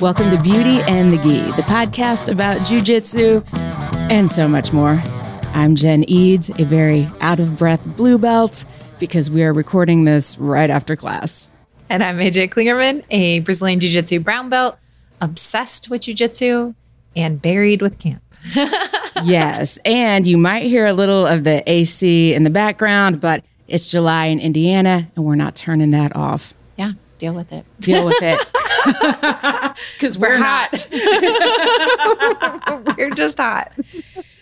Welcome to Beauty and the Gi, the podcast about jujitsu and so much more. I'm Jen Eads, a very out of breath blue belt, because we are recording this right after class. And I'm AJ Klingerman, a Brazilian Jiu Jitsu brown belt, obsessed with Jiu Jitsu and buried with camp. yes. And you might hear a little of the AC in the background, but it's July in Indiana and we're not turning that off. Yeah, deal with it. Deal with it. Because we're, hot. You're just hot.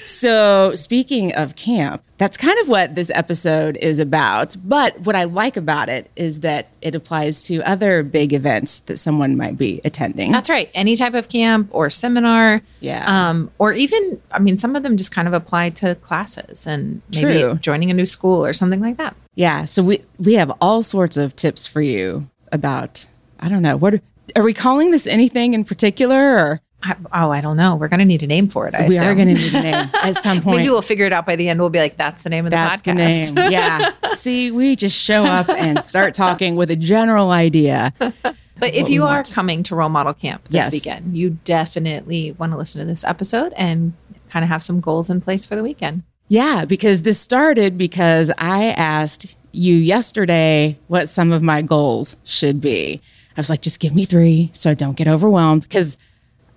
So, speaking of camp, that's kind of what this episode is about. But what I like about it is that it applies to other big events that someone might be attending. That's right. Any type of camp or seminar. Yeah. Um, or even, I mean, some of them just kind of apply to classes and maybe True. joining a new school or something like that. yeah. So, we, we have all sorts of tips for you about, I don't know, what are we calling this anything in particular? Or I, oh, I don't know. We're going to need a name for it. I we are assume. going to need a name at some point. Maybe we'll figure it out by the end. We'll be like, that's the name of That's the the podcast. name. Yeah. See, we just show up and start talking with a general idea. But if what we you are want. coming to Role Model Camp this Yes. weekend, you definitely want to listen to this episode and kind of have some goals in place for the weekend. Yeah, because this started because I asked you yesterday what some of my goals should be. I was like, just give me three so I don't get overwhelmed because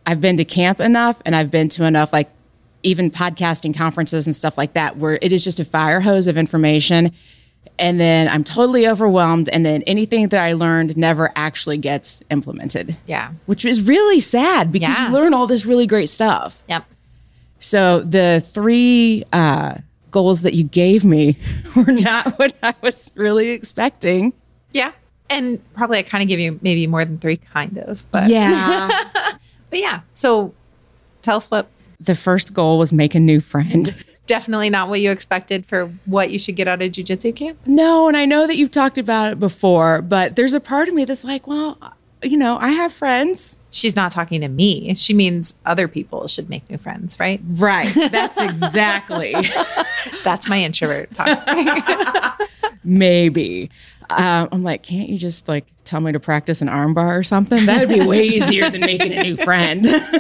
I've been to camp enough and I've been to enough, like even podcasting conferences and stuff like that, where it is just a fire hose of information. And then I'm totally overwhelmed. And then anything that I learned never actually gets implemented. Yeah. Which is really sad because Yeah. you learn all this really great stuff. Yep. So the three uh, goals that you gave me were not what I was really expecting. Yeah. And probably I kind of give you maybe more than three, kind of. But yeah. yeah. But yeah. So tell us what the first goal was make a new friend. definitely not what you expected for what you should get out of jujitsu camp. No, and I know that you've talked about it before, but there's a part of me that's like, well, you know, I have friends. She's not talking to me. She means other people should make new friends, right? Right. That's exactly. That's my introvert talking. Maybe. Um, I'm like, can't you just like tell me to practice an armbar or something? That would be way easier than making a new friend.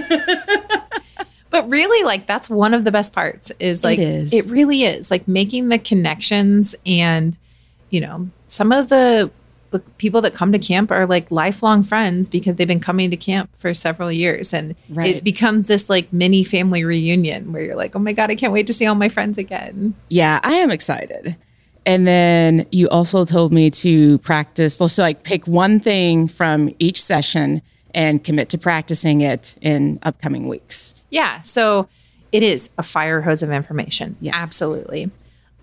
But really, like that's one of the best parts is like is. it really is like making the connections and you know some of the the people that come to camp are like lifelong friends because they've been coming to camp for several years and Right. it becomes this like mini family reunion where you're like oh my god I can't wait to see all my friends again Yeah, I am excited. And then you also told me to practice, so like pick one thing from each session and commit to practicing it in upcoming weeks. Yeah. So it is a fire hose of information. Yes. Absolutely.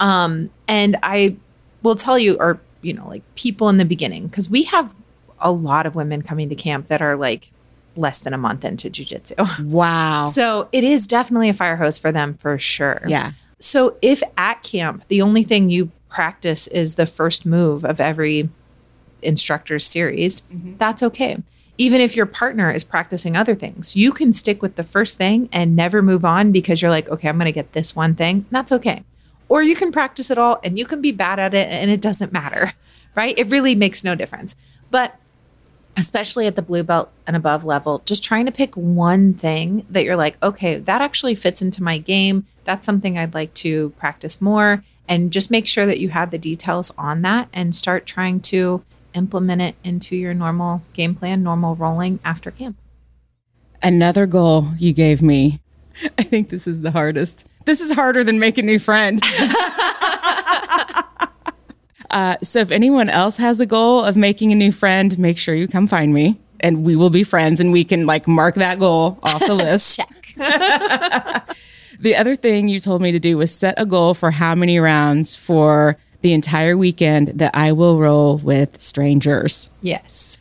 Um, and I will tell you, or, you know, like people in the beginning, because we have a lot of women coming to camp that are like less than a month into jujitsu. Wow. so it is definitely a fire hose for them for sure. Oh. yeah. So if at camp, the only thing you practice is the first move of every instructor's series, that's okay. Even if your partner is practicing other things, you can stick with the first thing and never move on because you're like, okay, I'm going to get this one thing. That's okay. Or you can practice it all and you can be bad at it and it doesn't matter, right? It really makes no difference. But especially at the blue belt and above level, just trying to pick one thing that you're like, okay, that actually fits into my game. That's something I'd like to practice more. And just make sure that you have the details on that and start trying to implement it into your normal game plan, normal rolling after camp. Another goal you gave me. I think this is the hardest. This is harder than make a new friend. uh, so if anyone else has a goal of making a new friend, make sure you come find me and we will be friends and we can like mark that goal off the list. Check. The other thing you told me to do was set a goal for how many rounds for the entire weekend that I will roll with strangers. Yes.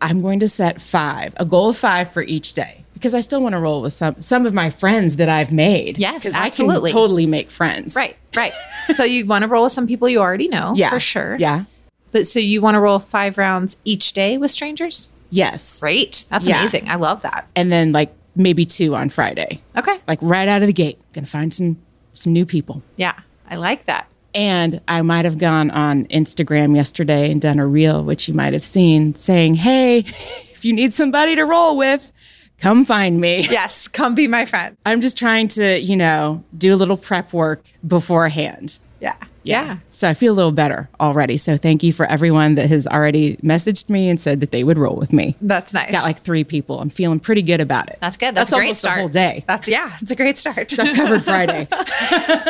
I'm going to set five, a goal of five for each day because I still want to roll with some some of my friends that I've made. Yes, 'Cause I absolutely. can totally make friends. Right, right. so you want to roll with some people you already know Yeah. for sure. Yeah. But so you want to roll five rounds each day with strangers? Yes. Great. That's Yeah. amazing. I love that. And then like maybe two on Friday, Okay. like right out of the gate. Gonna find some some new people. Yeah, I like that. And I might have gone on Instagram yesterday and done a reel, which you might have seen, saying, Hey, if you need somebody to roll with, come find me. Yes, come be my friend. I'm just trying to, you know, do a little prep work beforehand. Yeah. Yeah. So I feel a little better already. So thank you for everyone that has already messaged me and said that they would roll with me. That's nice. Got like three people. I'm feeling pretty good about it. That's good. That's, a great almost the start. whole day. That's yeah, it's a great start. Covered Friday.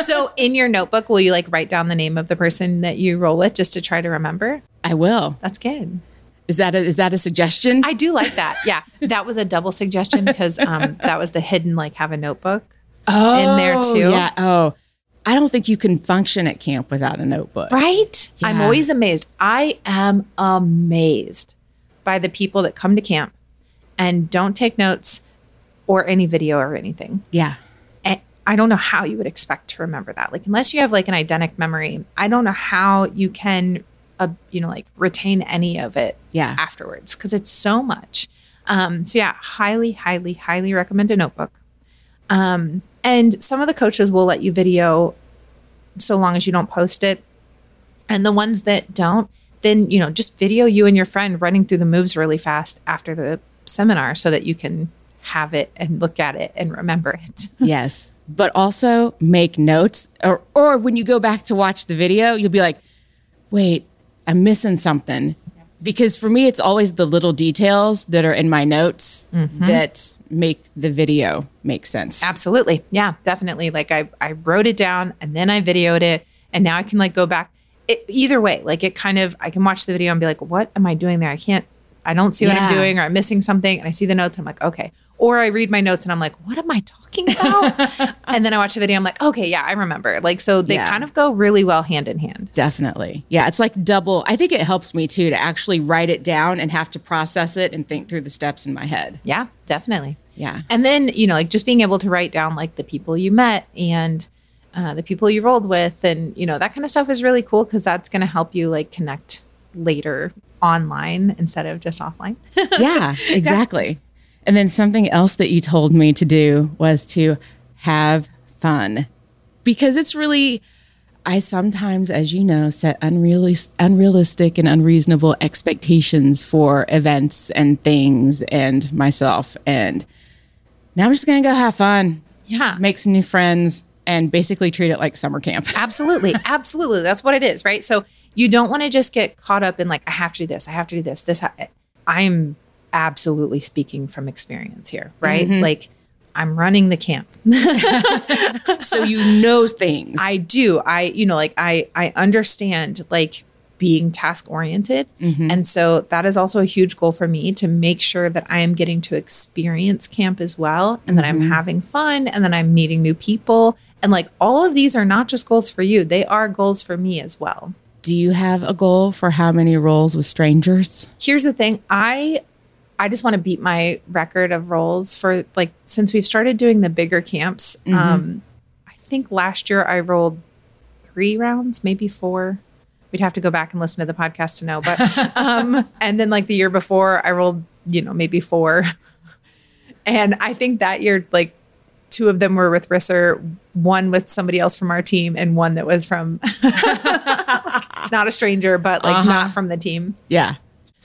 so in your notebook, will you like write down the name of the person that you roll with just to try to remember? I will. That's good. Is that a, is that a suggestion? I do like that. Yeah. that was a double suggestion because um that was the hidden like have a notebook in there too. Yeah. Oh, I don't think you can function at camp without a notebook. Right? I'm Yeah. always amazed. I am amazed by the people that come to camp and don't take notes or any video or anything. Yeah. And I don't know how you would expect to remember that. Like unless you have like an eidetic memory, I don't know how you can uh, you know like retain any of it Yeah. afterwards because it's so much. Um, so yeah, highly, highly, highly recommend a notebook. Um, and some of the coaches will let you video so long as you don't post it. And the ones that don't, then you know, just video you and your friend running through the moves really fast after the seminar so that you can have it and look at it and remember it. yes. But also make notes or or when you go back to watch the video, you'll be like, "Wait, I'm missing something." Because for me it's always the little details that are in my notes that make the video make sense. Absolutely. Yeah, definitely. Like I, I wrote it down and then I videoed it and now I can like go back. It, either way, like it kind of, I can watch the video and be like, what am I doing there? I can't, I don't see what I'm Yeah. doing or I'm missing something. And I see the notes and I'm like, okay. Or I read my notes and I'm like, what am I talking about? and then I watch the video. I'm like, okay, yeah, I remember. Like, so they Yeah. kind of go really well hand in hand. Definitely. Yeah, it's like double. I think it helps me too to actually write it down and have to process it and think through the steps in my head. Yeah, definitely. Yeah. And then, you know, like just being able to write down like the people you met and uh, the people you rolled with and, you know, that kind of stuff is really cool because that's going to help you like connect later online instead of just offline. yeah, exactly. And then something else that you told me to do was to have fun because it's really, I sometimes, as you know, set unrealis- unrealistic and unreasonable expectations for events and things and myself. And now I'm just going to go have fun, yeah. make some new friends, and basically treat it like summer camp. Absolutely. Absolutely. That's what it is, right? So you don't want to just get caught up in like, I have to do this. I have to do this. This, ha- I'm absolutely speaking from experience here, right? Like, I'm running the camp. so you know things. I do. I you know like I I understand like being task oriented. And so that is also a huge goal for me to make sure that I am getting to experience camp as well and that I'm having fun and that I'm meeting new people and like all of these are not just goals for you. They are goals for me as well. do you have a goal for how many roles with strangers? Here's the thing. I I just want to beat my record of roles for like since we've started doing the bigger camps. Um I think last year I rolled three rounds, maybe four. We'd have to go back and listen to the podcast to know. But um, and then like the year before, I rolled, you know, maybe four. And I think that year, like two of them were with Risser, one with somebody else from our team, and one that was from not a stranger, but like not from the team. Yeah.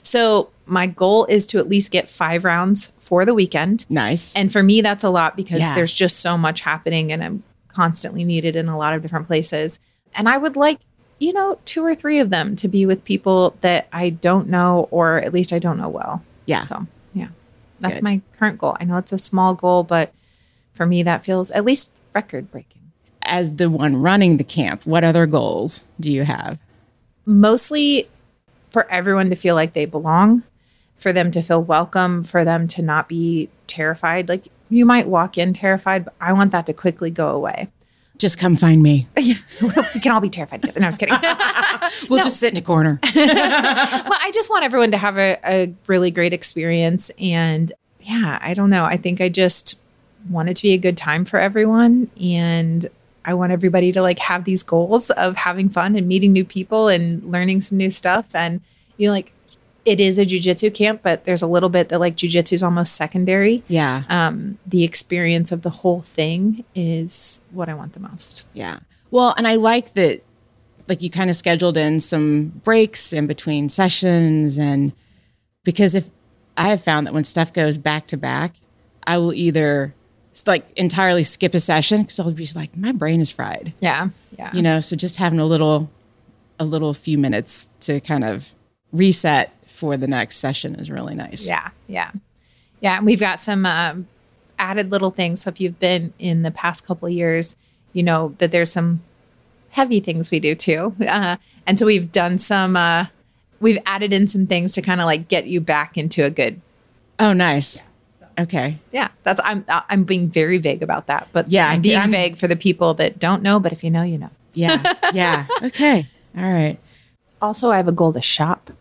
So my goal is to at least get five rounds for the weekend. Nice. And for me, that's a lot because Yeah. there's just so much happening and I'm constantly needed in a lot of different places. And I would like, you know, two or three of them to be with people that I don't know or at least I don't know well. yeah. So, yeah, that's Good. my current goal. I know it's a small goal, but for me, that feels at least record breaking. as the one running the camp, what other goals do you have? mostly for everyone to feel like they belong, for them to feel welcome, for them to not be terrified. Like you might walk in terrified, but I want that to quickly go away. Just come find me. We can all be terrified together. No, I'm just kidding. We'll just sit in a corner. well, I just want everyone to have a, a really great experience. And yeah, I don't know. I think I just want it to be a good time for everyone. And I want everybody to like have these goals of having fun and meeting new people and learning some new stuff. And, you know, like it is a jujitsu camp, but there's a little bit that like jujitsu is almost secondary. Yeah. Um, the experience of the whole thing is what I want the most. Yeah. Well, and I like that like you kind of scheduled in some breaks in between sessions and because if I have found that when stuff goes back to back, I will either s- like entirely skip a session because I'll be just like my brain is fried, Yeah. Yeah. you know. So just having a little, a little few minutes to kind of reset for the next session is really nice. Yeah, yeah, yeah. And we've got some um, added little things. So if you've been in the past couple of years, you know that there's some heavy things we do too. Uh, and so we've done some. Uh, we've added in some things to kind of like get you back into a good. Oh, nice. Okay. Yeah, that's I'm uh, I'm being very vague about that, but Yeah, I'm I- being I'm- vague for the people that don't know. But if you know, you know. Yeah. Yeah. okay. All right. Also, I have a goal to shop.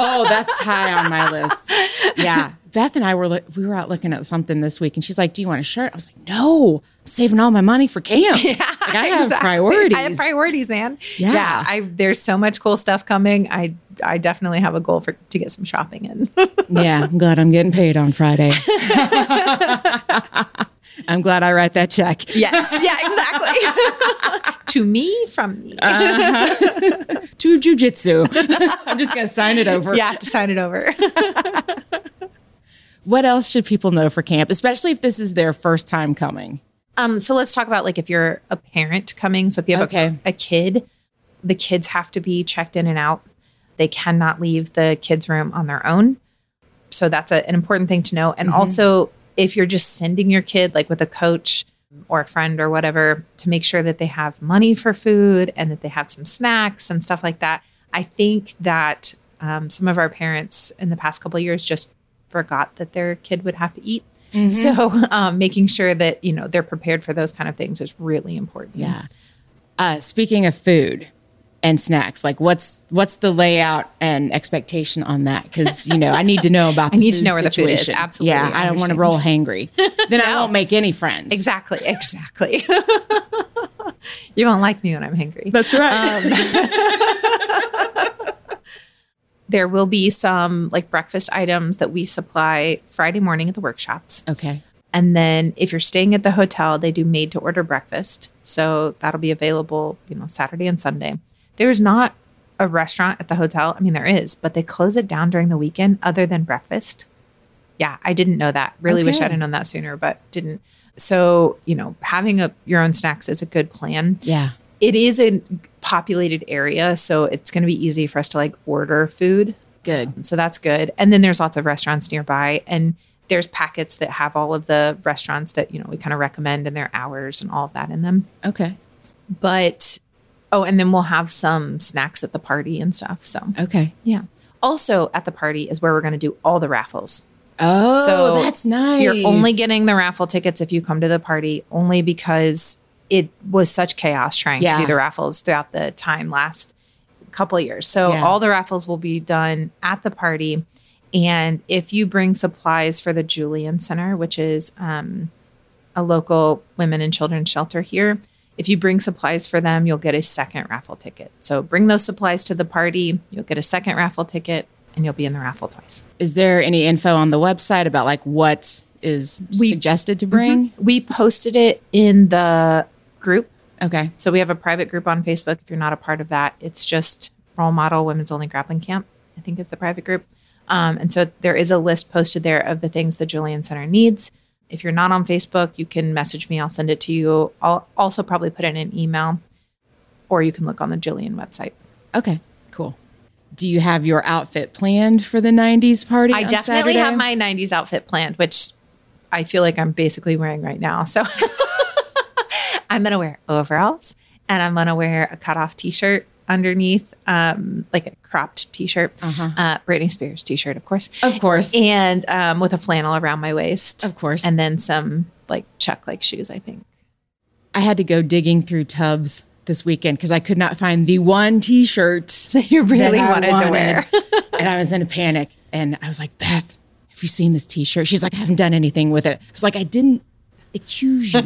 Oh, that's high on my list. Yeah. Beth and I were look we were out looking at something this week, and she's like, "Do you want a shirt?" I was like, "No, I'm saving all my money for camp. Yeah, like, I have Exactly. priorities. I have priorities, man. Yeah. I there's so much cool stuff coming. I I definitely have a goal for to get some shopping in. yeah, I'm glad I'm getting paid on Friday. I'm glad I write that check. yes. Yeah, exactly. Uh, to me from me. to jujitsu. I'm just gonna sign it over. yeah, to sign it over. What else should people know for camp, especially if this is their first time coming? um so let's talk about like if you're a parent coming, so if you have Okay. a, a kid, the kids have to be checked in and out. They cannot leave the kids room on their own. So that's a, an important thing to know. And also if you're just sending your kid like with a coach or a friend or whatever to make sure that they have money for food and that they have some snacks and stuff like that. I think that um, some of our parents in the past couple of years just forgot that their kid would have to eat. So um, making sure that you know they're prepared for those kind of things is really important. Yeah. Uh, speaking of food and snacks, like what's what's the layout and expectation on that? Because you know, I need to know about. The I need to know where the food is. Absolutely, Yeah, I I don't want to understand. roll hangry. Then I won't make any friends. Exactly. Exactly. you won't like me when I'm hungry. That's right. There will be some like breakfast items that we supply Friday morning at the workshops. okay. And then if you're staying at the hotel, they do made to order breakfast. So that'll be available, you know, Saturday and Sunday. There's not a restaurant at the hotel. I mean, there is, but they close it down during the weekend other than breakfast. Yeah, I didn't know that. Really wish Okay. I'd have known that sooner, but didn't. So, you know, having a, your own snacks is a good plan. Yeah. It is a populated area, so it's going to be easy for us to like order food Um, Good. so that's good. And then there's lots of restaurants nearby, and there's packets that have all of the restaurants that you know we kind of recommend and their hours and all of that in them. Okay. But oh, and then we'll have some snacks at the party and stuff. So Okay. yeah. Also at the party is where we're going to do all the raffles. Oh, So that's nice. You're only getting the raffle tickets if you come to the party, only because it was such chaos trying Yeah. to do the raffles throughout the time last couple of years. So Yeah. all the raffles will be done at the party. And if you bring supplies for the Julian Center, which is um, a local women and children shelter here, if you bring supplies for them, you'll get a second raffle ticket. So bring those supplies to the party, you'll get a second raffle ticket, and you'll be in the raffle twice. Is there any info on the website about like what is We- suggested to bring? We posted it in the group. Okay. So we have a private group on Facebook. If you're not a part of that, it's just Role Model Women's Only Grappling Camp, I think is the private group. Um, and so there is a list posted there of the things the Julian Center needs. If you're not on Facebook, you can message me. I'll send it to you. I'll also probably put it in an email, or you can look on the Julian website. Okay. Cool. Do you have your outfit planned for the '90s party? I on definitely Saturday? have my 90s outfit planned, which I feel like I'm basically wearing right now. So I'm going to wear overalls and I'm going to wear a cutoff t shirt underneath, um, like a cropped t shirt, uh Britney Spears t shirt, of course. Uh-huh. Of course. And um, with a flannel around my waist. Of course. And then some like Chuck like shoes, I think. I had to go digging through tubs this weekend because I could not find the one T-shirt that you really I wanted to wear. and I was in a panic, and I was like, "Beth, have you seen this T-shirt?" She's like, "I haven't done anything with it." I was like, "I didn't accuse you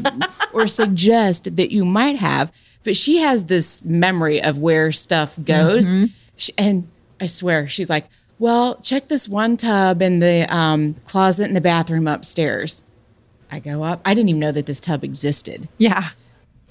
or suggest that you might have," but she has this memory of where stuff goes, She- and I swear, she's like, "Well, check this one tub in the um, closet in the bathroom upstairs." I go up. I didn't even know that this tub existed Yeah.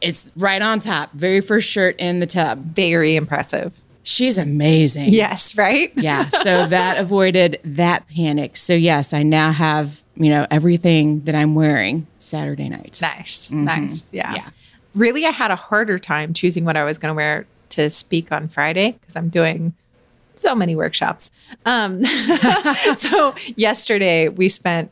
It's right on top, very first shirt in the tub. Very impressive. She's amazing. Yes, right? Yeah. So that avoided that panic. So yes, I now have, you know, everything that I'm wearing Saturday night. Nice. Nice. Mm-hmm. Yeah. Yeah. Really, I had a harder time choosing what I was going to wear to speak on Friday because I'm doing so many workshops. Um, so, yesterday we spent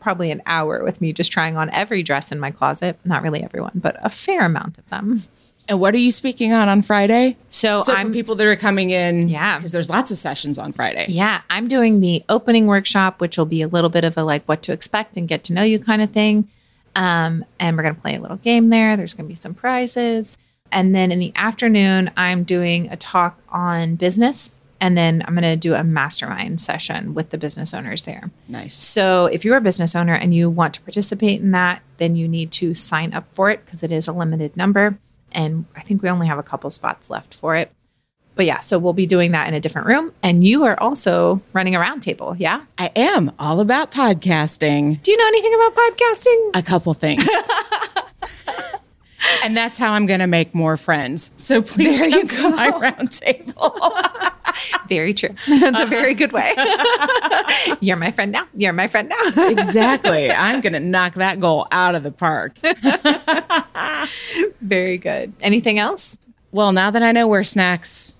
probably an hour with me just trying on every dress in my closet. Not really everyone, but a fair amount of them. And what are you speaking on on Friday? So, so I'm for people that are coming in, Yeah. because there's lots of sessions on Friday. Yeah, I'm doing the opening workshop, which will be a little bit of a like what to expect and get to know you kind of thing. Um, and we're going to play a little game there. There's going to be some prizes. And then in the afternoon, I'm doing a talk on business. And then I'm going to do a mastermind session with the business owners there. Nice. So if you're a business owner and you want to participate in that, then you need to sign up for it because it is a limited number. And I think we only have a couple spots left for it. But yeah, so we'll be doing that in a different room. And you are also running a roundtable. Yeah. I am all about podcasting. Do you know anything about podcasting? A couple things. and that's how I'm going to make more friends. So please There come you to my round table. Very true. That's a very good way. You're my friend now. You're my friend now. exactly. I'm going to knock that goal out of the park. very good. Anything else? Well, now that I know where snacks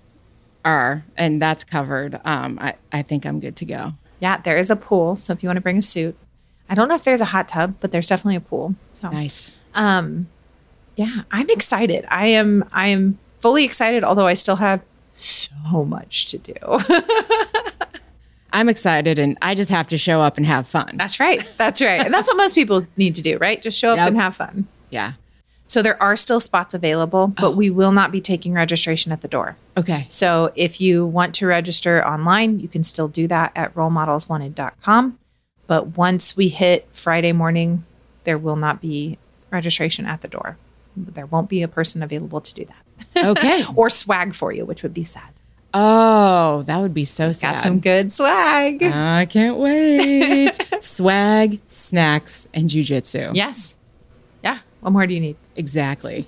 are and that's covered, um, I, I think I'm good to go. Yeah, there is a pool. So if you want to bring a suit, I don't know if there's a hot tub, but there's definitely a pool. So Nice. um yeah i'm excited i am i am fully excited although i still have so much to do I'm excited and I just have to show up and have fun. that's right that's right and that's what most people need to do right just show up Yep. and have fun Yeah. so there are still spots available but we will not be taking registration at the door Okay. so if you want to register online you can still do that at rolemodelswanted.com but once we hit friday morning there will not be registration at the door there won't be a person available to do that Okay. or swag for you, which would be sad. oh, that would be so sad. Got some good swag. I can't wait. Swag, snacks, and jujitsu. yes. Yeah. What more do you need? Exactly.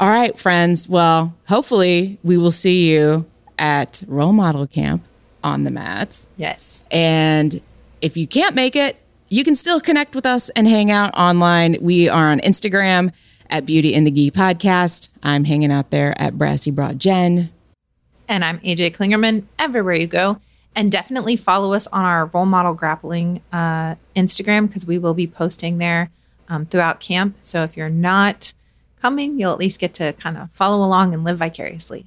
All right, friends. Well, hopefully we will see you at Role Model Camp on the mats. Yes. And if you can't make it, you can still connect with us and hang out online. We are on Instagram at Beauty and the Gee Podcast. I'm hanging out there at Brassy Broad Jen. And I'm AJ Klingerman everywhere you go. And definitely follow us on our role model grappling uh, Instagram because we will be posting there um, throughout camp. So if you're not coming, you'll at least get to kind of follow along and live vicariously.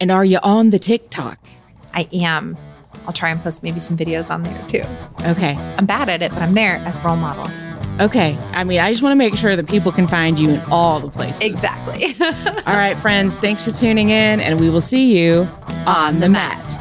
And are you on the TikTok? I am. I'll try and post maybe some videos on there too. Okay. I'm bad at it, but I'm there as role model. Okay. I mean, I just want to make sure that people can find you in all the places. Exactly. All right, friends, thanks for tuning in, and we will see you on the mat.